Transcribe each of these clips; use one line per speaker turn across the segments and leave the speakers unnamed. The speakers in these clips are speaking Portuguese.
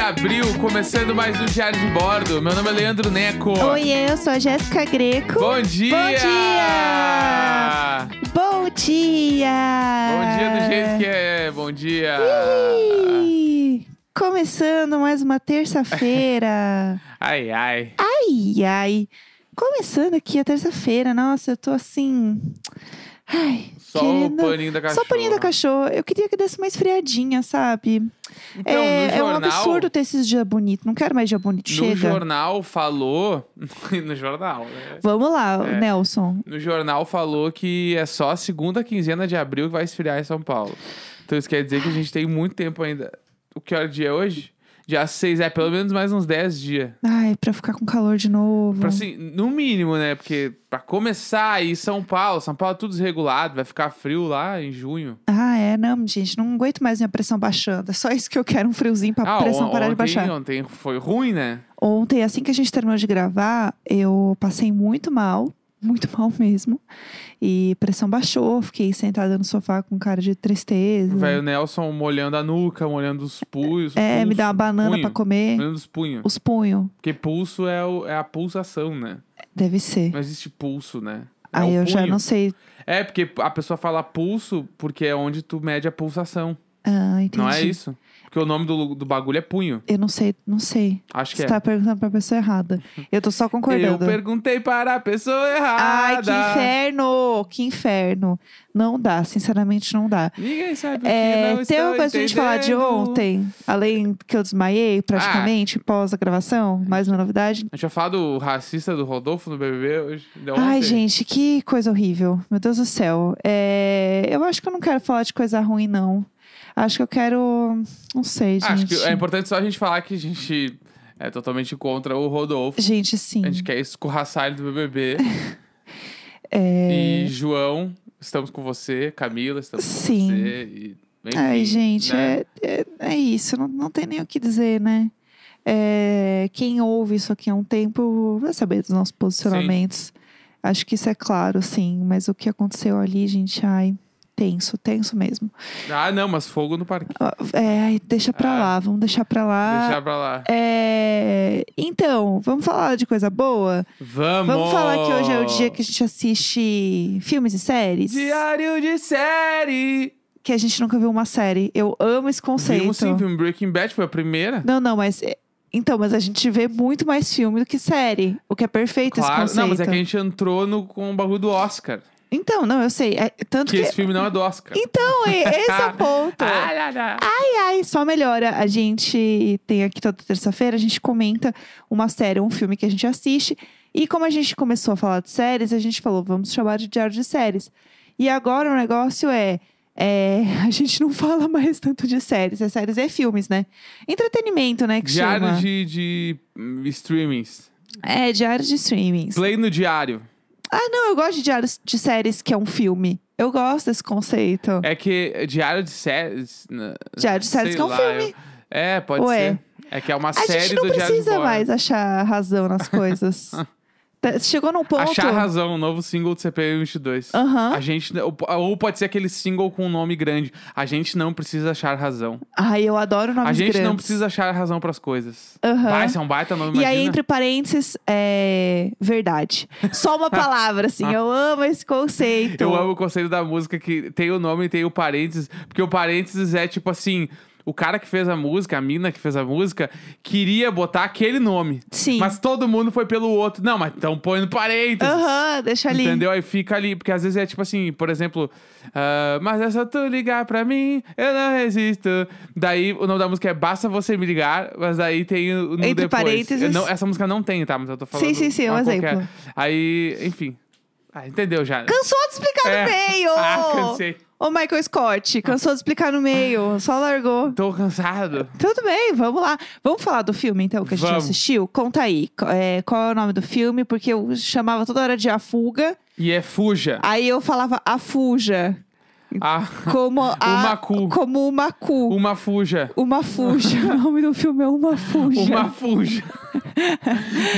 abril, começando mais um Diário de Bordo. Meu nome é Leandro Neco.
Oi, eu sou a Jéssica Greco.
Bom dia!
Bom dia! Bom dia!
Bom dia do jeito que é, bom dia!
Ah. Ih, Começando mais uma terça-feira.
Ai, ai.
ai, ai. Começando aqui a terça-feira. Nossa, eu tô assim. Ai,
Só
querendo...
o paninho da cachorra.
Só paninha da cachorra. Eu queria que desse uma esfriadinha, sabe?
Então,
é,
no
é um
jornal,
absurdo ter esses dias bonitos. Não quero mais dia bonito.
No
Chega.
jornal falou... no jornal, né?
Vamos lá,
É.
Nelson.
No jornal falou que é só a segunda quinzena de abril que vai esfriar em São Paulo. Então isso quer dizer que a gente tem muito tempo ainda. O que hora de dia é hoje? Dia 6, é pelo menos mais uns 10 dias.
Ai, pra ficar com calor de novo.
Pra, assim, no mínimo, né? Porque pra começar aí, São Paulo, São Paulo é tudo desregulado, vai ficar frio lá em junho.
Ah, é, não, gente, não aguento mais minha pressão baixando. É só isso que eu quero, um friozinho pra
Ah, on-
pressão parar
ontem,
de baixar.
ontem foi ruim, né?
Ontem, assim que a gente terminou de gravar, eu passei muito mal, muito mal mesmo. E pressão baixou, fiquei sentada no sofá com cara de tristeza.
Vai o Nelson molhando a nuca, molhando os punhos.
é, me
pulso,
dá uma banana
punho.
pra comer.
Molhando os punhos.
Os punhos,
Porque pulso é, o- é a pulsação, né?
deve ser.
Não existe pulso, né? É
Aí
o
eu já
punho.
não sei.
É, porque a pessoa fala pulso porque é onde tu mede a pulsação.
Ah, entendi.
Não é isso? Porque o nome do, do bagulho é punho.
Eu não sei, não sei.
Acho que
Você
é.
tá perguntando pra pessoa errada. Eu tô só
Eu
concordando.
perguntei para a pessoa
Ai, que
errada.
inferno! Que inferno! Não dá, sinceramente não dá.
Ninguém sabe o que
É,
não
tem
estão
uma coisa pra gente falar de
entendendo. Ah.
ontem, além que eu desmaiei praticamente pós a gravação, mais uma novidade.
A gente vai falar do racista do Rodolfo no BBB hoje? de
Ai,
ontem?
gente, que coisa horrível. Meu Deus do céu. É, eu acho que eu não quero falar de coisa ruim, não. Acho que eu quero. Não sei, gente.
Acho que é importante só a gente falar que a gente é totalmente contra o Rodolfo.
Gente, sim.
A gente quer escorraçar ele do BBB.
É,
E João, estamos com você. Camila, estamos
Sim.
com você. E, enfim,
Ai, gente,
né?
é, é, é isso. Não, não tem nem o que dizer, né? É, quem ouve isso aqui há um tempo vai saber dos nossos posicionamentos. Acho que isso é claro, sim. Mas o que aconteceu ali, gente, ai, tenso, tenso mesmo.
Ah, não, mas fogo no parque.
Ó, É, ai, deixa pra
Ah.
lá, vamos deixar pra lá.
Deixar pra lá.
É, então, vamos falar de coisa boa?
Vamos!
Vamos falar que hoje é o dia que a gente assiste filmes e séries?
Diário de série!
Que a gente nunca viu uma série. Eu amo esse conceito.
Vimos sim, filme Breaking Bad, foi a primeira.
Não, não, mas. é, Então, mas a gente vê muito mais filme do que série. O que é perfeito esse
Claro,
conceito.
não, mas é que a gente entrou no, com o bagulho do Oscar.
Então, não, eu sei. é, tanto
Que
que.
esse filme não é do Oscar.
Então, e- esse é o ponto.
Ah, lá, lá.
Ai, só melhora. A gente tem aqui toda terça-feira, a gente comenta uma série, um filme que a gente assiste. E como a gente começou a falar de séries, a gente falou, vamos chamar de diário de séries. E agora o negócio é. é, a gente não fala mais tanto de séries, é séries e filmes, né? Entretenimento, né? Que
Diário
chama.
de, de hum, streamings.
É, diário de streamings.
Play no diário.
Ah, não, eu gosto de diários de séries que é um filme. Eu gosto desse conceito.
É que é diário de séries. né,
diário de séries
sei
que é um
lá,
filme.
eu- É, pode
Ué.
ser. É que é uma
A
série
gente não
do Diário de
precisa
Bordo.
mais achar razão nas coisas. Tá, Chegou num ponto.
Achar razão, o novo single do CPM 22.
Aham.
A gente, ou, ou pode ser aquele single com um nome grande. A gente não precisa achar razão.
Ai, eu adoro nomes
a gente
grandes.
não precisa achar razão pras coisas.
Aham.
Vai, isso é um baita nome,
E aí,
imagina.
entre parênteses, é. Verdade. Só uma palavra, assim. Eu amo esse conceito.
Então Eu amo o conceito da música que tem o nome e tem o parênteses, porque o parênteses é tipo assim, o cara que fez a música, a mina que fez a música, queria botar aquele nome.
Sim.
Mas todo mundo foi pelo outro. Não, mas então põe no parênteses.
Aham, deixa ali.
Entendeu? Aí fica ali, porque às vezes é tipo assim, por exemplo, ah, mas é só tu ligar pra mim, eu não resisto. Daí o nome da música é Basta Você Me Ligar, mas daí tem o no
Entre
depois.
parênteses.
Eu não- essa música não tem, tá? Mas eu tô falando.
Sim, sim, sim, é um
uma qualquer.
exemplo.
Aí, enfim. Ah, entendeu já. né?
Cansou de explicar
É.
no meio!
Ah, cansei.
Ô, Michael Scott, cansou de explicar no meio. Só largou.
Tô cansado.
Tudo bem, vamos lá. Vamos falar do filme, então, que a gente
Vamos.
assistiu? Conta aí, co- é, qual é o nome do filme? Porque eu chamava toda hora de A Fuga,
E é fuja.
aí eu falava A Fuja.
Ah,
Como a,
Uma cu. Um
Como uma cu.
uma fuja.
Uma fuja. o nome do filme é Uma fuja.
Uma fuja.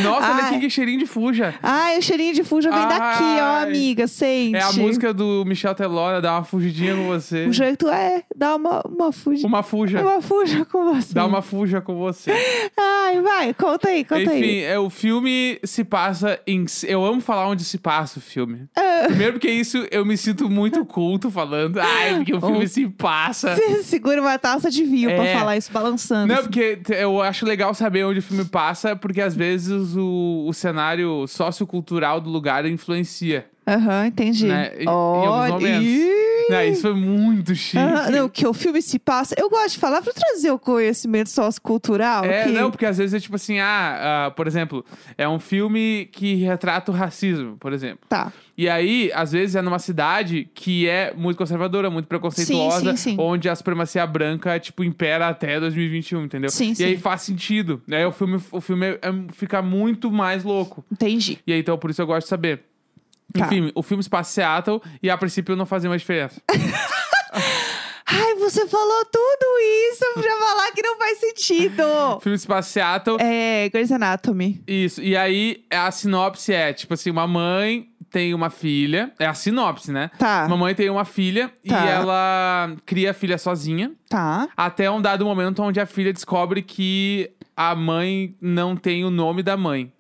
Nossa, olha
Ai.
aqui que cheirinho de fuja.
Ai, o cheirinho de fuja vem daqui, ó,
Ai.
amiga. Sente.
É a música do Michel Telora, dá uma fugidinha com você.
O jeito é dar uma, uma fuja.
Uma fuja.
Uma fuja com você.
Dá uma fuja com você.
Ai, vai, conta aí, conta aí.
Enfim, é, o filme se passa em. Eu amo falar onde se passa o filme.
Ah.
Primeiro, porque isso eu me sinto muito culto falando. Ai, porque o filme
Oh.
se passa.
Você segura uma taça de vinho pra
É.
falar isso balançando.
Não,
assim.
porque te- eu acho legal saber onde o filme passa, porque às vezes o, o cenário sociocultural do lugar influencia.
Aham, entendi.
Né, em- em
Olha.
alguns momentos.
Ih.
Né? Isso foi muito chique.
Aham, não, que o filme se passa. Eu gosto de falar pra trazer o conhecimento sociocultural.
É,
que...
não, porque às vezes é tipo assim, ah, ah, por exemplo, é um filme que retrata o racismo, por exemplo.
Tá.
E aí, às vezes, é numa cidade que é muito conservadora, muito preconceituosa,
Sim, sim, sim.
onde a supremacia branca, tipo, impera até 2021, entendeu?
Sim,
e
sim.
aí faz sentido. Né? O filme, o filme é- é- fica muito mais louco.
Entendi.
E aí, então, por isso eu gosto de saber.
Tá.
Enfim, o filme se passa em Seattle e a princípio não fazia mais diferença.
É. Ai, você falou tudo isso pra falar que não faz sentido.
o filme se passa em Seattle
é, Grey's Anatomy.
Isso, e aí a sinopse é, tipo assim, uma mãe tem uma filha, é a sinopse, né?
Tá,
Uma mãe tem uma filha
Tá.
e ela cria a filha sozinha,
tá.
até um dado momento onde a filha descobre que a mãe não tem o nome da mãe.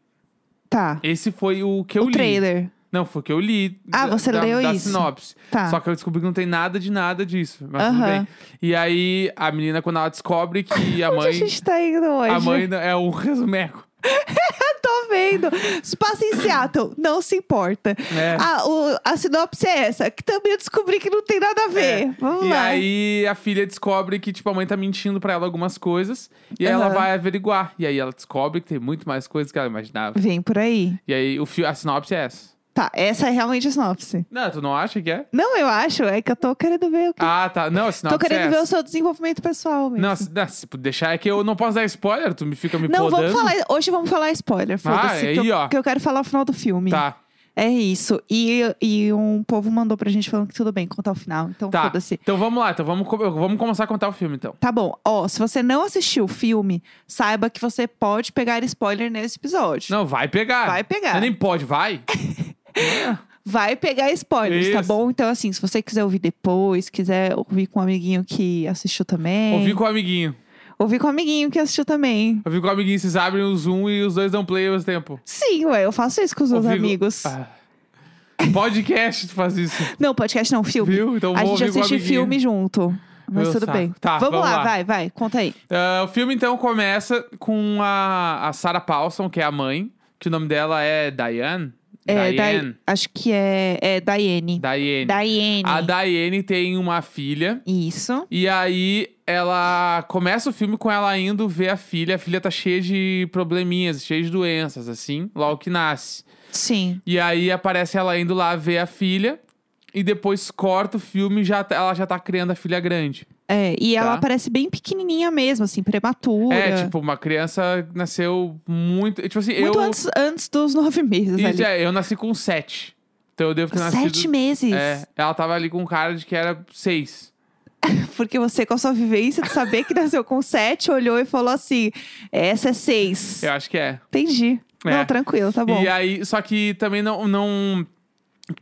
Tá.
Esse foi o que eu
o
li.
trailer.
Não, foi o que eu li.
Ah,
da-
você
da,
leu
da
isso.
sinopse.
Tá.
Só que eu descobri que não tem nada de nada disso. Mas tudo
Aham.
bem. E aí, a menina, quando ela descobre que a
Onde a
mãe.
gente tá indo hoje?
a mãe não- é um resumeco.
Tô vendo. Se passa em Seattle, não se importa.
É.
Ah, o- a sinopse é essa, que também eu descobri que não tem nada a ver.
É.
Vamos
e
lá.
aí a filha descobre que, tipo, a mãe tá mentindo pra ela algumas coisas. E aí ela
Aham.
vai averiguar. E aí ela descobre que tem muito mais coisas que ela imaginava.
Vem por aí.
E aí o fio, a sinopse é essa.
Tá, essa é realmente a sinopse.
Não, tu não acha que é?
Não, eu acho, é que eu tô querendo ver o que.
Ah, tá. Não, a sinopse
tô querendo
é
ver o
essa.
seu desenvolvimento pessoal mesmo.
Não, se, não, se deixar é que eu não posso dar spoiler, tu me fica me
Não,
podando. Ah,
vamos falar. Hoje vamos falar spoiler, foda-se.
aí,
que, eu-
ó.
que eu quero falar o final do filme.
Tá,
É isso. E, e um povo mandou pra gente falando que tudo bem contar o final. Então
tá.
foda-se.
Então vamos lá, então vamos, co- vamos começar a contar o filme, então.
Tá bom, ó, se você não assistiu o filme, saiba que você pode pegar spoiler nesse episódio.
Não, vai pegar.
Vai pegar.
Não, nem pode, vai.
Vai pegar spoilers, tá
Isso.
bom? Então, assim, se você quiser ouvir depois, quiser ouvir com um amiguinho que assistiu também.
Ouvi com o amiguinho.
ouvir com um amiguinho que assistiu também.
Ouvi com o amiguinho, vocês abrem o Zoom e os dois dão play ao mesmo tempo.
Sim, ué, eu faço isso com os meus
Ouvi-
amigos.
Ah. Um Podcast tu faz isso.
Não, podcast não, filme.
Viu? Então
a
vou
gente
ouvir com o
assiste
amiguinho.
filme junto. Mas
Meu
tudo
saco.
bem.
Tá,
vamos,
vamos
lá,
lá.
vai, vai, conta aí.
Ah, o filme então começa com a, a Sarah Paulson, que é a mãe, que o nome dela é Diane.
É,
Diane.
Dai- acho que é, é Daiane.
Diane.
Daiane.
A Diane tem uma filha.
Isso.
E aí ela começa o filme com ela indo ver a filha. A filha tá cheia de probleminhas, cheia de doenças, assim, logo que nasce.
Sim.
E aí aparece ela indo lá ver a filha. E depois corta o filme e já, tá- ela já tá criando a filha grande.
É, e ela
Tá.
parece bem pequenininha mesmo, assim, prematura.
É, tipo, uma criança nasceu muito. Tipo assim,
Muito
eu.
antes, antes dos nove meses
Isso,
ali.
é, eu nasci com sete. Então eu devo ter nascido.
Sete meses.
É, ela tava ali com cara de que era seis.
Porque você, com a sua vivência de saber que nasceu com sete, olhou e falou assim: essa é seis.
Eu acho que é.
Entendi.
É.
Não, tranquilo, tá bom.
E aí, só que também não, não.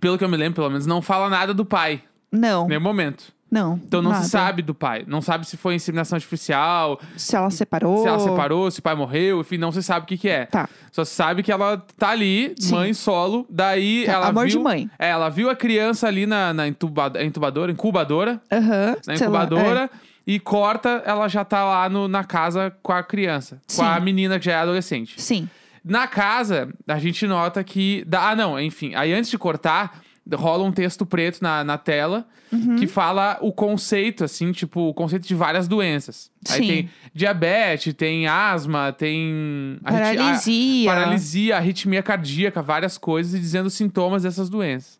Pelo que eu me lembro, pelo menos, não fala nada do pai.
Não,
Nenhum momento.
não.
Então não
nada.
se sabe do pai. Não sabe se foi inseminação artificial,
Se ela separou.
se ela separou, se o pai morreu, enfim, não se sabe o que, que é.
Tá.
Só se sabe que ela tá ali,
Sim.
mãe solo. Daí
Tá,
ela.
amor
viu,
de mãe.
É, ela viu a criança ali na, na entubada- entubadora, incubadora.
Aham.
na
sei lá, é.
incubadora e corta, ela já tá lá no- na casa com a criança,
Sim.
com a menina que já é adolescente.
Sim.
Na casa, a gente nota que. dá- ah, não, enfim. Aí antes de cortar, rola um texto preto na, na tela
Uhum.
que fala o conceito, assim, tipo, o conceito de várias doenças.
Sim.
Aí tem diabetes, tem asma, tem. a gente- a-
Paralisia.
paralisia, arritmia cardíaca, várias coisas, e dizendo os sintomas dessas doenças.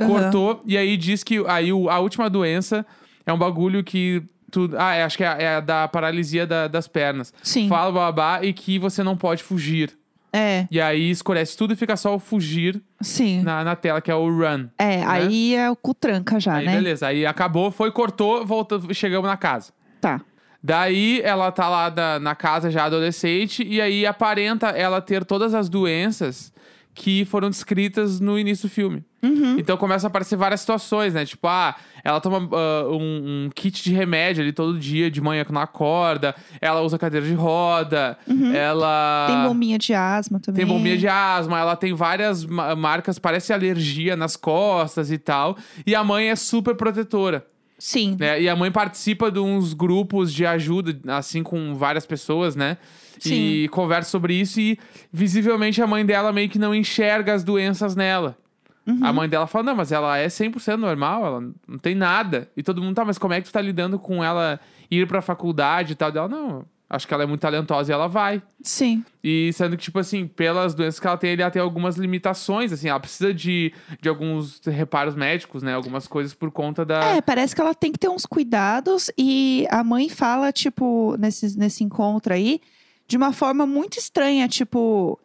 Aham.
Cortou, e aí diz que aí o- a última doença é um bagulho que. Tu, ah, é, acho que é, é a da paralisia da- das pernas.
Sim.
Fala babá e que você não pode fugir.
É,
E aí escurece tudo e fica só o fugir
sim.
na, na tela, que é o run.
É, aí é o cutranca já,
aí
né?
beleza, aí acabou, foi, cortou, voltou, chegamos na casa.
Tá.
Daí ela tá lá da- na casa já adolescente e aí aparenta ela ter todas as doenças que foram descritas no início do filme.
Uhum.
Então começa a aparecer várias situações, né? Tipo, ah, ela toma ah, um, um kit de remédio ali todo dia, de manhã quando ela acorda, ela usa cadeira de roda, ela.
Uhum. Tem bombinha de asma também.
Ah, Tem bombinha de asma, ela tem várias ma- marcas, parece alergia nas costas e tal. E a mãe é super protetora.
Sim.
Né? E a mãe participa de uns grupos de ajuda, assim, com várias pessoas, né?
Sim.
E conversa sobre isso e, visivelmente, a mãe dela meio que não enxerga as doenças nela. A mãe dela fala, não, mas ela é 100% normal, ela não tem nada. E todo mundo, tá, mas como é que tu tá lidando com ela ir pra faculdade e tal? Dela, não, acho que ela é muito talentosa e ela vai.
Sim.
E sendo que, tipo assim, pelas doenças que ela tem, ela tem algumas limitações, assim. Ela precisa de, de alguns reparos médicos, né? Algumas coisas por conta da...
É, parece que ela tem que ter uns cuidados e a mãe fala, tipo, nesse, nesse encontro aí, de uma forma muito estranha, tipo,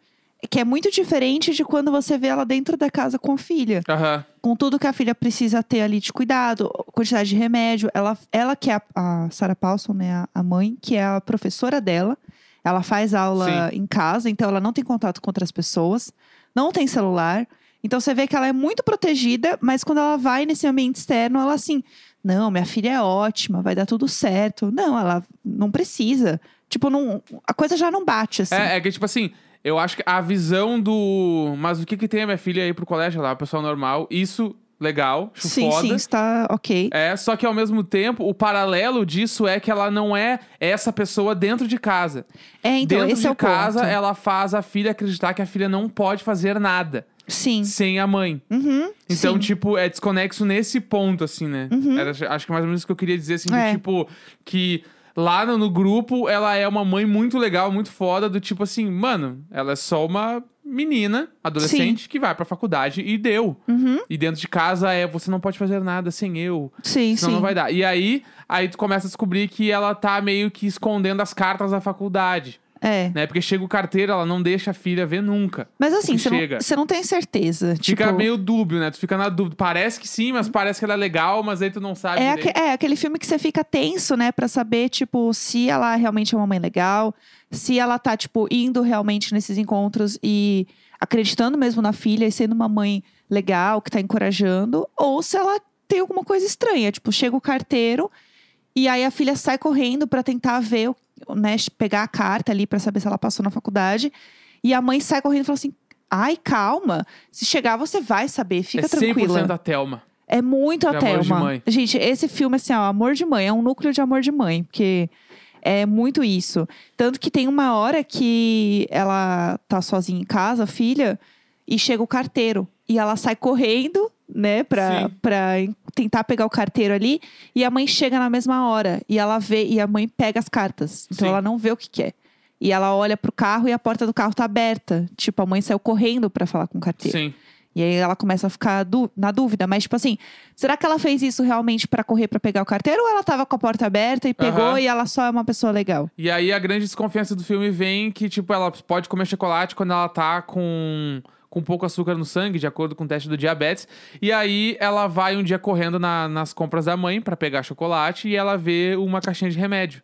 que é muito diferente de quando você vê ela dentro da casa com a filha.
Aham.
Com tudo que a filha precisa ter ali de cuidado, quantidade de remédio. Ela, ela que é a, a Sarah Paulson, né, a, a mãe, que é a professora dela. Ela faz aula em casa, então ela não tem contato com outras pessoas, não tem celular. Então você vê que ela é muito protegida, mas quando ela vai nesse ambiente externo, ela assim, não, minha filha é ótima, vai dar tudo certo. Não, ela não precisa. Tipo, não, a coisa já não bate, assim.
É, é que, tipo assim, eu acho que a visão do. Mas o que que tem a minha filha aí pro colégio lá? Pessoal normal. Isso, legal. Acho
sim,
foda.
sim, está ok.
É, só que ao mesmo tempo, o paralelo disso é que ela não é essa pessoa dentro de casa.
É, então,
dentro
esse
de
é o
casa,
ponto.
ela faz a filha acreditar que a filha não pode fazer nada
Sim.
sem a mãe.
Uhum,
Então,
sim. Uhum.
tipo, é desconexo nesse ponto, assim, né? Era- acho que mais ou menos isso que eu queria dizer, assim, de,
É.
tipo, que lá no, no grupo ela é uma mãe muito legal, muito foda, do tipo assim, mano, ela é só uma menina, adolescente, que vai pra faculdade e deu.
Uhum.
E dentro de casa é, você não pode fazer nada sem eu,
Sim,
senão
sim.
não vai dar. E aí, aí tu começa a descobrir que ela tá meio que escondendo as cartas da faculdade,
É.
né? Porque chega o carteiro, ela não deixa a filha ver nunca.
Mas assim,
que
você não,
chega.
você não tem certeza.
Fica
tipo,
meio dúbio, né? Tu fica na dúvida. Parece que sim, mas parece que ela é legal, mas aí tu não sabe.
é,
direito.
aque- é aquele filme que você fica tenso, né? Pra saber, tipo, se ela realmente é uma mãe legal, se ela tá, tipo, indo realmente nesses encontros e acreditando mesmo na filha e sendo uma mãe legal, que tá encorajando, ou se ela tem alguma coisa estranha. Tipo, chega o carteiro e aí a filha sai correndo pra tentar ver, o- né? Pegar a carta ali pra saber se ela passou na faculdade. E a mãe sai correndo e fala assim. Ai, calma. Se chegar, você vai saber. Fica
é 100%
tranquila.
a Thelma.
É muito
De
a
amor de
Thelma.
mãe.
Gente, esse filme, assim, ó, Amor de Mãe, é um núcleo de amor de mãe, porque é muito isso. Tanto que tem uma hora que ela tá sozinha em casa, a filha, e chega o carteiro. E ela sai correndo, né, pra,
Sim.
pra en- tentar pegar o carteiro ali. E a mãe chega na mesma hora. E ela vê, e a mãe pega as cartas. Então
Sim.
ela não vê o que, que é. E ela olha pro carro e a porta do carro tá aberta. Tipo, a mãe saiu correndo pra falar com o carteiro.
Sim.
E aí ela começa a ficar du- na dúvida, mas tipo assim, será que ela fez isso realmente pra correr pra pegar o carteiro ou ela tava com a porta aberta e pegou
Aham.
e ela só é uma pessoa legal?
E aí a grande desconfiança do filme vem que, tipo, ela pode comer chocolate quando ela tá com, com pouco açúcar no sangue, de acordo com o teste do diabetes. E aí ela vai um dia correndo na- nas compras da mãe pra pegar chocolate e ela vê uma caixinha de remédio.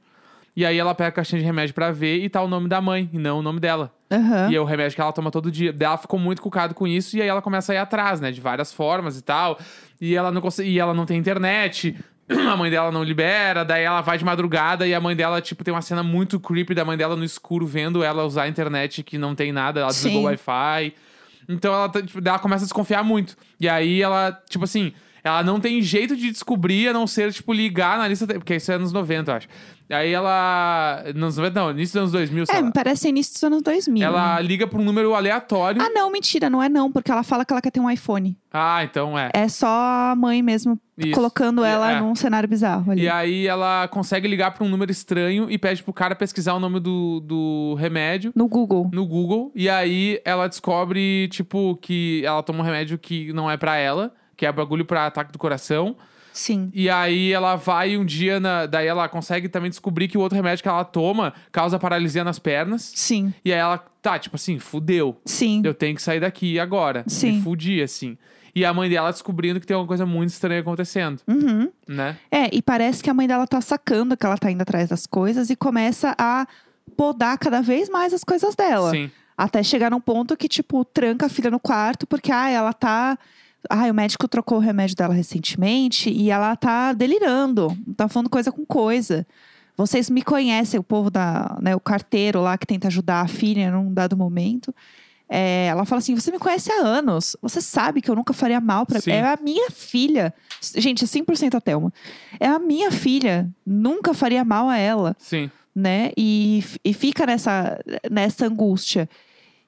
E aí ela pega a caixinha de remédio pra ver e tá o nome da mãe, e não o nome dela.
Aham.
E é o remédio que ela toma todo dia. Daí Ela ficou muito cucada com isso e aí ela começa a ir atrás, né? De várias formas e tal. E ela não consegue, e ela não tem internet. A mãe dela não libera, daí ela vai de madrugada e a mãe dela, tipo, tem uma cena muito creepy da mãe dela no escuro vendo ela usar a internet que não tem nada, ela desligou o
Sim.
Wi-Fi. Então ela, tá, tipo, daí ela começa a desconfiar muito. E aí ela, tipo assim, ela não tem jeito de descobrir a não ser, tipo, ligar na lista. te- Porque isso é anos 90, eu acho. Aí ela. Nos 90, não, início dos anos 2000, sei
É,
lá.
me parece início dos anos 2000.
Ela liga pra um número aleatório.
Ah, não, mentira, não é não, porque ela fala que ela quer ter um iPhone.
Ah, então é.
É só a mãe mesmo
Isso.
colocando
E-
ela
é.
num cenário bizarro ali.
E aí ela consegue ligar pra um número estranho e pede pro cara pesquisar o nome do, do remédio
No Google.
no Google. E aí ela descobre, tipo, que ela toma um remédio que não é pra ela, que é bagulho pra ataque do coração.
Sim.
E aí ela vai um dia, na- daí ela consegue também descobrir que o outro remédio que ela toma causa paralisia nas pernas.
Sim.
E aí ela tá, tipo assim, fudeu.
Sim.
Eu tenho que sair daqui agora.
Sim.
Me fudi, assim. E a mãe dela descobrindo que tem alguma coisa muito estranha acontecendo,
Uhum.
né?
É, e parece que a mãe dela tá sacando que ela tá indo atrás das coisas e começa a podar cada vez mais as coisas dela.
Sim.
Até chegar num ponto que, tipo, tranca a filha no quarto, porque, ah, ela tá. Ah, o médico trocou o remédio dela recentemente e ela tá delirando. Tá falando coisa com coisa. Vocês me conhecem, o povo da. Né, o carteiro lá que tenta ajudar a filha num dado momento. É, ela fala assim: Você me conhece há anos. Você sabe que eu nunca faria mal pra.
Sim.
É a minha filha. Gente, é 100% a Thelma. É a minha filha. Nunca faria mal a ela
Sim.
né? E, f- e fica nessa, nessa angústia.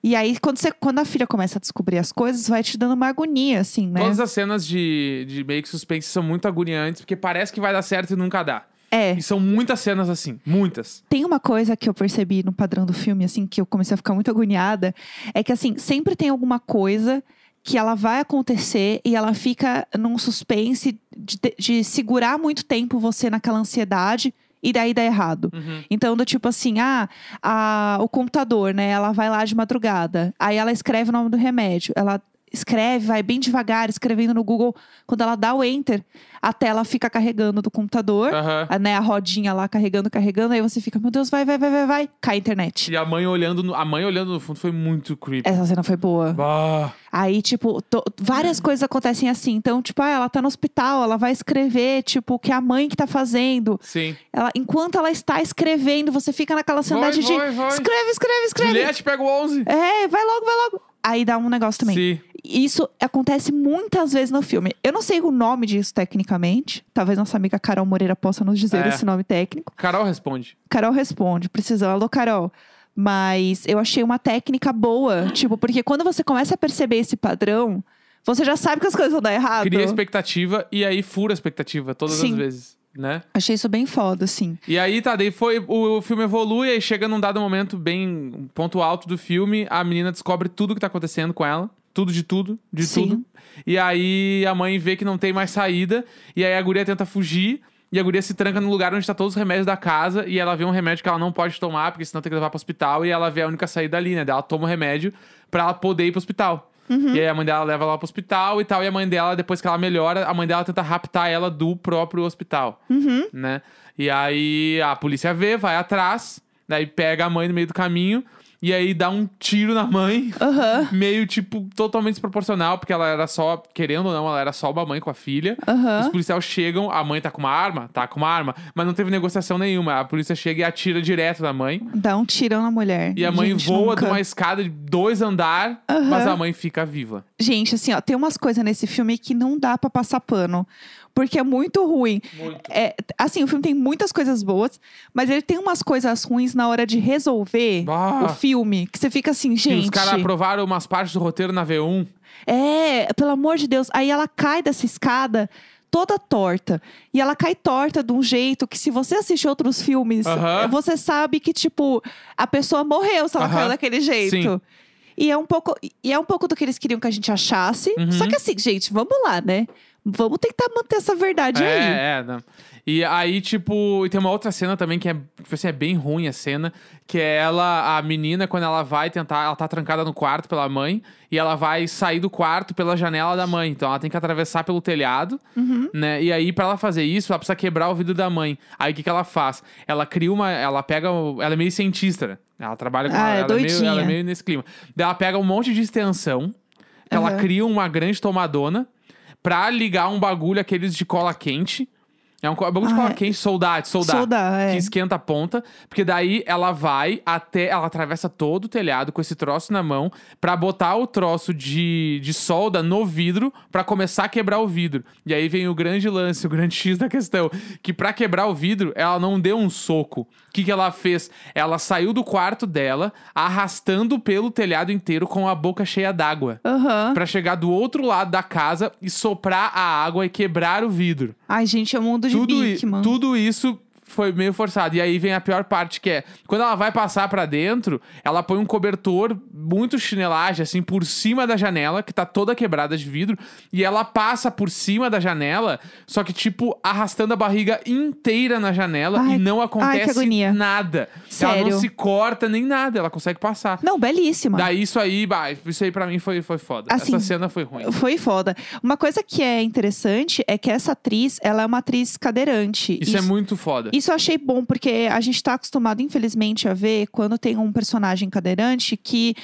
E aí, quando, você, quando a filha começa a descobrir as coisas, vai te dando uma agonia, assim, né?
Todas as cenas de, de meio que suspense são muito agoniantes, porque parece que vai dar certo e nunca dá.
É.
E são muitas cenas assim, muitas.
Tem uma coisa que eu percebi no padrão do filme, assim, que eu comecei a ficar muito agoniada, é que, assim, sempre tem alguma coisa que ela vai acontecer e ela fica num suspense de, te- de segurar muito tempo você naquela ansiedade e daí dá errado.
Uhum.
Então, do tipo assim, ah, a- o computador, né? Ela vai lá de madrugada. Aí ela escreve o nome do remédio. Ela escreve, vai bem devagar, escrevendo no Google. Quando ela dá o enter, a tela fica carregando do computador.
Aham.
A, né, a rodinha lá carregando, carregando. Aí você fica, meu Deus, vai, vai, vai, vai, vai. Cai a internet.
E a mãe olhando no, a mãe olhando no fundo foi muito creepy. Ah,
Essa cena foi boa.
Bah.
Aí, tipo, to- várias coisas acontecem assim. Então, tipo, ah, ela tá no hospital, ela vai escrever, tipo, o que a mãe que tá fazendo.
Sim.
Ela, enquanto ela está escrevendo, você fica naquela ansiedade de.
vai, vai.
Escreve, escreve, escreve.
Juliette pega o 11.
É, vai logo, vai logo. Aí dá um negócio também.
Sim.
Isso acontece muitas vezes no filme. Eu não sei o nome disso tecnicamente. Talvez nossa amiga Carol Moreira possa nos dizer
É.
esse nome técnico.
Carol responde.
Carol responde, precisando. Alô, Carol. Mas eu achei uma técnica boa. Tipo, porque quando você começa a perceber esse padrão, você já sabe que as coisas vão dar errado.
Cria expectativa e aí fura a expectativa todas
Sim.
as vezes, né?
Achei isso bem foda, assim.
E aí, tá, daí foi. O filme evolui, aí chega num dado momento bem. um ponto alto do filme, a menina descobre tudo que tá acontecendo com ela. Tudo de tudo, de
Sim.
tudo. E aí a mãe vê que não tem mais saída. E aí a guria tenta fugir. E a guria se tranca no lugar onde tá todos os remédios da casa. E ela vê um remédio que ela não pode tomar, porque senão tem que levar pro hospital. E ela vê a única saída ali, né? Daí Ela toma o remédio pra ela poder ir pro hospital. E aí a mãe dela leva ela pro hospital e tal. E a mãe dela, depois que ela melhora, a mãe dela tenta raptar ela do próprio hospital né? E aí a polícia vê, vai atrás, daí pega a mãe no meio do caminho e aí dá um tiro na mãe,
Aham,
meio tipo totalmente desproporcional, porque ela era só, querendo ou não, ela era só uma mãe com a filha.
aham.
Os policiais chegam, a mãe tá com uma arma, tá com uma arma, mas não teve negociação nenhuma. A polícia chega e atira direto na mãe.
Dá um tirão na mulher.
E a mãe
Gente,
voa
nunca.
de uma escada de dois andar,
Aham.
mas a mãe fica viva.
Gente, assim, ó, tem umas coisas nesse filme que não dá pra passar pano. Porque é muito ruim.
Muito.
É, assim, o filme tem muitas coisas boas, mas ele tem umas coisas ruins na hora de resolver
Ah.
o filme. Que você fica assim,
E
gente.
os caras aprovaram umas partes do roteiro na V1.
É, pelo amor de Deus. Aí ela cai dessa escada toda torta. E ela cai torta de um jeito que, se você assistir outros filmes,
Aham.
você sabe que, tipo, a pessoa morreu se ela
Aham.
caiu daquele jeito.
Sim.
E é um pouco, e é um pouco do que eles queriam que a gente achasse.
Uhum.
Só que assim, gente, vamos lá, né? Vamos tentar manter essa verdade aí.
É, é, não. E aí, tipo, e tem uma outra cena também que é, tipo assim, é bem ruim a cena, que é ela, a menina, quando ela vai tentar, ela tá trancada no quarto pela mãe, e ela vai sair do quarto pela janela da mãe. Então ela tem que atravessar pelo telhado,
Uhum.
né? E aí, pra ela fazer isso, ela precisa quebrar o vidro da mãe. Aí o que, que ela faz? Ela cria uma. Ela pega. o- Ela é meio cientista, né? Ela trabalha com
Ah, é
ela, meio,
doidinha.
ela é meio nesse clima. Daí ela pega um monte de extensão, ela
Aham.
cria uma grande tomadona pra ligar um bagulho, aqueles de cola quente. É um co- bagulho de
Ah,
cola
é.
quente, soldar, soldar.
Soldar, é.
Que esquenta a ponta. Porque daí ela vai até. Ela atravessa todo o telhado com esse troço na mão pra botar o troço de, de solda no vidro pra começar a quebrar o vidro. E aí vem o grande lance, o grande X da questão. Que pra quebrar o vidro, ela não deu um soco. O que, que ela fez? Ela saiu do quarto dela, arrastando pelo telhado inteiro com a boca cheia d'água.
Aham.
Pra chegar do outro lado da casa e soprar a água e quebrar o vidro.
Ai, gente, é o mundo de
Tudo, i-
Big, mano.
tudo isso foi meio forçado. E aí vem a pior parte, que é quando ela vai passar pra dentro, ela põe um cobertor muito chinelagem, assim, por cima da janela, que tá toda quebrada de vidro, e ela passa por cima da janela, só que, tipo, arrastando a barriga inteira na janela
Ai,
e não
ai, que
acontece
agonia.
nada. Ela
Sério.
não se corta nem nada, ela consegue passar.
Não, belíssima.
Daí isso aí, bah, isso aí pra mim foi, foi foda.
Assim,
Essa cena foi ruim.
Foi foda. Uma coisa que é interessante é que essa atriz, ela é uma atriz cadeirante.
Isso, é muito foda.
Isso eu achei bom, porque a gente tá acostumado, infelizmente, a ver quando tem um personagem cadeirante que,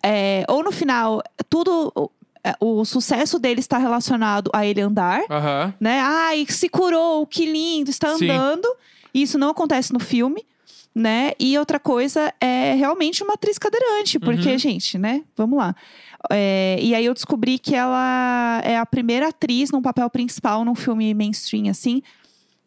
é, ou no final, tudo. o- é, O sucesso dele está relacionado a ele andar,
Aham.
né? Ai, se curou, que lindo, está
Sim.
andando. E Isso não acontece no filme, né? E outra coisa é realmente uma atriz cadeirante, porque,
Uhum.
gente, né? Vamos lá. É, e aí eu descobri que ela é a primeira atriz num papel principal num filme mainstream, assim.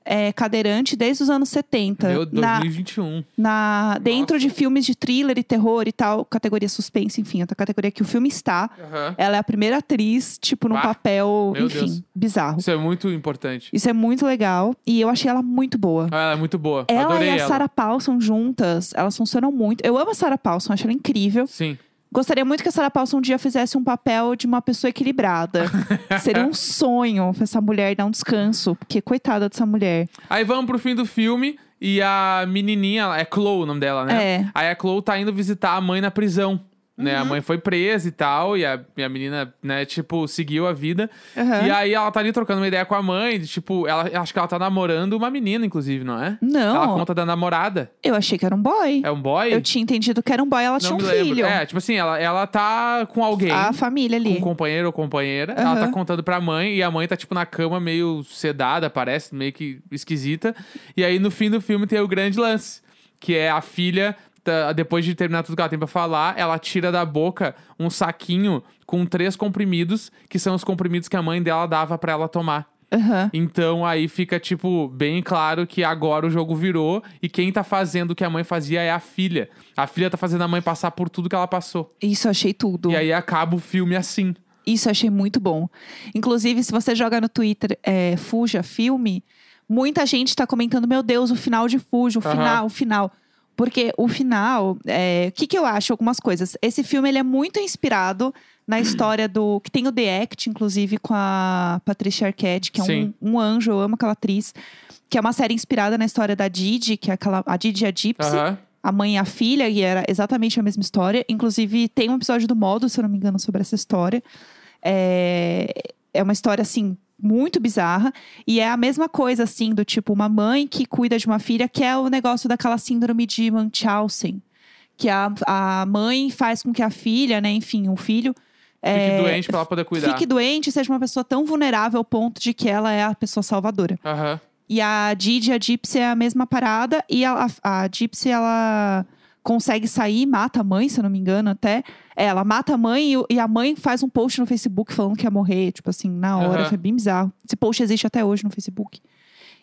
é, cadeirante desde os anos 70.
Deu
na,
2021.
na- dentro de filmes de thriller e terror e tal, categoria suspense, enfim, outra categoria que o filme está.
Aham.
Ela é a primeira atriz, tipo, num
Bah,
papel,
meu
enfim,
Deus.
bizarro.
Isso é muito importante.
Isso é muito legal e eu achei ela muito boa.
Ah, Ela é muito boa.
Ela
Adorei
e a
ela.
Sarah Paulson juntas, elas funcionam muito. Eu amo a Sarah Paulson, acho ela incrível.
Sim.
Gostaria muito que a Sarah Paulson um dia fizesse um papel de uma pessoa equilibrada. Seria um sonho pra essa mulher dar um descanso, porque coitada dessa mulher.
Aí vamos pro fim do filme e a menininha, ela- é Chloe o nome dela, né?
É. Uhum.
Aí a Chloe tá indo visitar a mãe na prisão. Né, A mãe foi presa e tal, e a, e a menina, né, tipo, seguiu a vida.
Aham.
E aí ela tá ali trocando uma ideia com a mãe, de, tipo, ela acho que ela tá namorando uma menina, inclusive, não é? Ela
Não,
conta da namorada.
eu achei que era um boy.
É um boy?
Eu tinha entendido que era um boy,
não
ela tinha um
me lembro.
filho. Ah,
É, tipo assim, ela, ela tá com alguém.
A família
com
ali.
um companheiro ou companheira.
Aham.
Ela tá contando pra mãe e a mãe tá, tipo, na cama, meio sedada, parece, meio que esquisita. E aí, no fim do filme, tem o grande lance, que é a filha, tá- depois de terminar tudo que ela tem pra falar, ela tira da boca um saquinho com três comprimidos, que são os comprimidos que a mãe dela dava pra ela tomar.
Aham.
Então aí fica, tipo, bem claro que agora o jogo virou e quem tá fazendo o que a mãe fazia é a filha. A filha tá fazendo a mãe passar por tudo que ela passou.
Isso eu achei tudo.
E aí acaba o filme assim.
Isso eu achei muito bom. Inclusive, se você joga no Twitter é, Fuja Filme, muita gente tá comentando: Meu Deus, o final de Fuja, o
Aham.
final, o final. Porque o final, é, o que, que eu acho? Algumas coisas. Esse filme ele é muito inspirado na história do. que tem o The Act, inclusive, com a Patricia Arquette, que é um,
Sim.
um anjo, eu amo aquela atriz. Que é uma série inspirada na história da Didi, que é aquela. A Didi é a Gypsy
Aham.
a mãe e a filha, e era exatamente a mesma história. Inclusive, tem um episódio do modo, se eu não me engano, sobre essa história. É, é uma história, assim, muito bizarra. E é a mesma coisa, assim, do tipo, uma mãe que cuida de uma filha, que é o negócio daquela síndrome de Munchausen. Que a, a mãe faz com que a filha, né, enfim, o filho.
Fique
é,
doente pra ela poder cuidar.
Fique doente e seja uma pessoa tão vulnerável ao ponto de que ela é a pessoa salvadora.
Aham.
E a Didi, a Gypsy é a mesma parada. E a, a, a Gypsy, ela consegue sair, mata a mãe, se eu não me engano, até. É, Ela mata a mãe e, o- e a mãe faz um post no Facebook falando que ia morrer, tipo assim, na hora.
Aham.
Foi bem bizarro. Esse post existe até hoje no Facebook.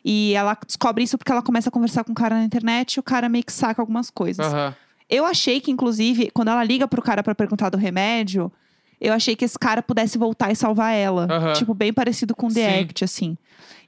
E ela descobre isso porque ela começa a conversar com o cara na internet e o cara meio que saca algumas coisas.
Aham.
Eu achei que, inclusive, quando ela liga pro cara pra perguntar do remédio, eu achei que esse cara pudesse voltar e salvar ela.
Aham.
Tipo, bem parecido com The
Sim.
Act, assim.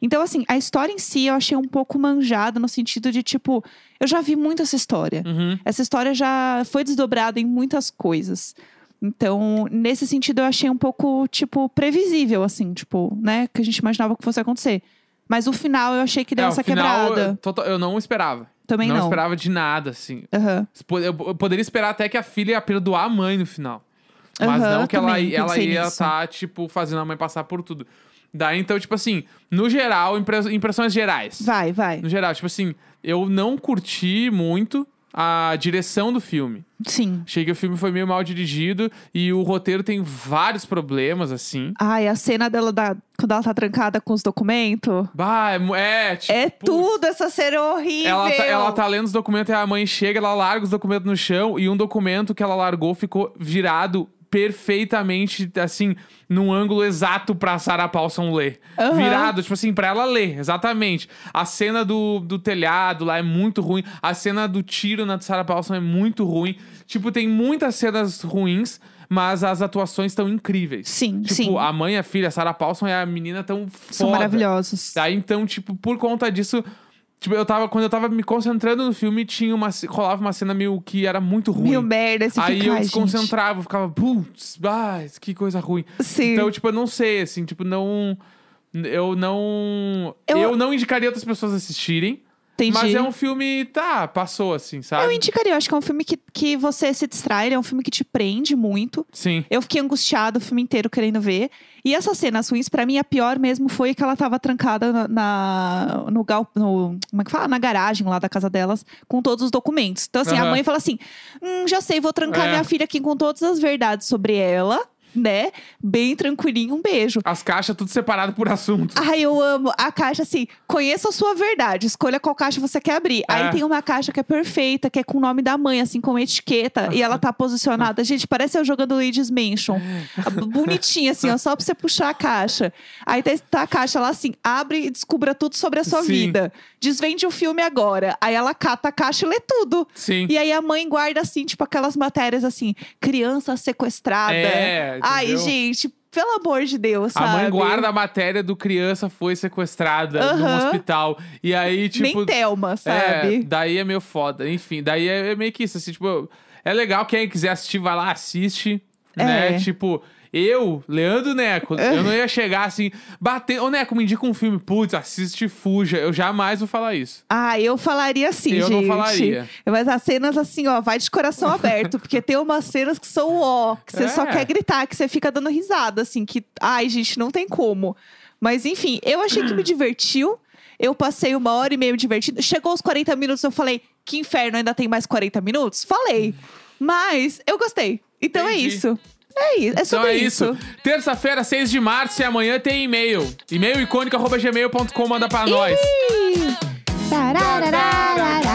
Então, assim, a história em si eu achei um pouco manjada no sentido de, tipo, eu já vi muito essa história.
Uhum.
Essa história já foi desdobrada em muitas coisas. Então, nesse sentido, eu achei um pouco, tipo, previsível, assim, tipo, né? Que a gente imaginava que fosse acontecer. Mas o final eu achei que deu
É, o
essa
final, Eu,
quebrada.
tota- eu não esperava.
Também não.
esperava de nada, assim.
Aham.
Po- Eu eu poderia esperar até que a filha ia perdoar a mãe no final. Mas
Aham,
não que ela,
também
ela
pensei
ia
nisso.
estar, tipo, fazendo a mãe passar por tudo. Daí, então, tipo assim, no geral, impre- impressões gerais.
Vai, vai.
No geral, tipo assim, eu não curti muito a direção do filme.
Sim.
Achei que o filme foi meio mal dirigido e o roteiro tem vários problemas, assim.
Ai, a cena dela da, quando ela tá trancada com os documentos.
Bah, é, mu- é, tipo,
É
putz.
tudo essa cena é horrível.
Ela tá, ela tá lendo os documentos e a mãe chega, ela larga os documentos no chão e um documento que ela largou ficou virado perfeitamente, assim, num ângulo exato pra Sarah Paulson ler.
Aham.
Virado, tipo assim, pra ela ler, exatamente. A cena do, do telhado lá é muito ruim. A cena do tiro na Sarah Paulson é muito ruim. Tipo, tem muitas cenas ruins, mas as atuações estão incríveis.
Sim,
Tipo,
sim.
a mãe, a filha, a Sarah Paulson e a menina tão
São
foda. Tá
maravilhosos.
Daí, então, tipo, por conta disso, Tipo, eu tava, quando eu tava me concentrando no filme, tinha uma, ce- rolava uma cena meio que era muito ruim.
Mil merda, se
Aí
ficar,
eu
gente.
desconcentrava, ficava, putz, ah, que coisa ruim.
Sim.
Então, tipo, eu não sei, assim, tipo, não. Eu não. Eu,
Eu-
não indicaria outras pessoas assistirem.
Entendi.
Mas é um filme, tá, passou, assim,
Eu
sabe?
indicaria, eu acho que é um filme que, que você se distrai, ele é um filme que te prende muito.
Sim.
Eu fiquei angustiada o filme inteiro querendo ver. E essas cenas ruins, pra mim, a pior mesmo foi que ela tava trancada na, na- no gal, no, como é que fala? Na garagem lá da casa delas, com todos os documentos. Então, assim,
Aham.
a mãe fala assim: hum, já sei, vou trancar
É.
minha filha aqui com todas as verdades sobre ela, né? Bem tranquilinho, um beijo.
As caixas tudo separado por assunto.
Ai, eu amo. A caixa, assim, conheça a sua verdade. Escolha qual caixa você quer abrir.
É.
Aí tem uma caixa que é perfeita, que é com o nome da mãe, assim, com etiqueta. e ela tá posicionada. Gente, parece eu jogando Ladies Mansion. Bonitinha, assim, ó, só pra você puxar a caixa. Aí tá, tá a caixa lá, assim, abre e descubra tudo sobre a sua
Sim.
vida. Desvende o filme agora. Aí ela cata a caixa e lê tudo.
Sim.
E aí a mãe guarda, assim, tipo, aquelas matérias, assim, criança sequestrada.
É,
Ai,
entendeu?
gente, pelo amor de Deus,
A
sabe?
mãe guarda a matéria do criança foi sequestrada no
Aham.
hospital. E aí, tipo.
Nem Thelma,
é,
sabe?
daí é meio foda. Enfim, daí é, é meio que isso. Assim, tipo, é legal quem quiser assistir, vai lá, assiste. Né?
É.
Tipo, eu, Leandro Neco, eu não ia chegar assim, bater. Ô, Neco, me indica um filme. Putz, assiste Fuja. Eu jamais vou falar isso.
Ah, eu falaria assim,
Eu não
gente.
falaria.
Mas as cenas assim, ó, vai de coração aberto, porque tem umas cenas que são ó, que você
É.
só quer gritar, que você fica dando risada, assim, que, ai, gente, não tem como. Mas enfim, eu achei que me divertiu. Eu passei uma hora e meia me divertindo. Chegou aos 40 minutos, eu falei, que inferno, ainda tem mais 40 minutos? Falei. Mas eu gostei. Então é
Entendi.
isso. É isso. É
Então
sobre
é isso. Terça-feira, 6 de março, e amanhã tem e-mail. E-mail icônica.gmail.com, manda pra nós.
Ih! Tararararara.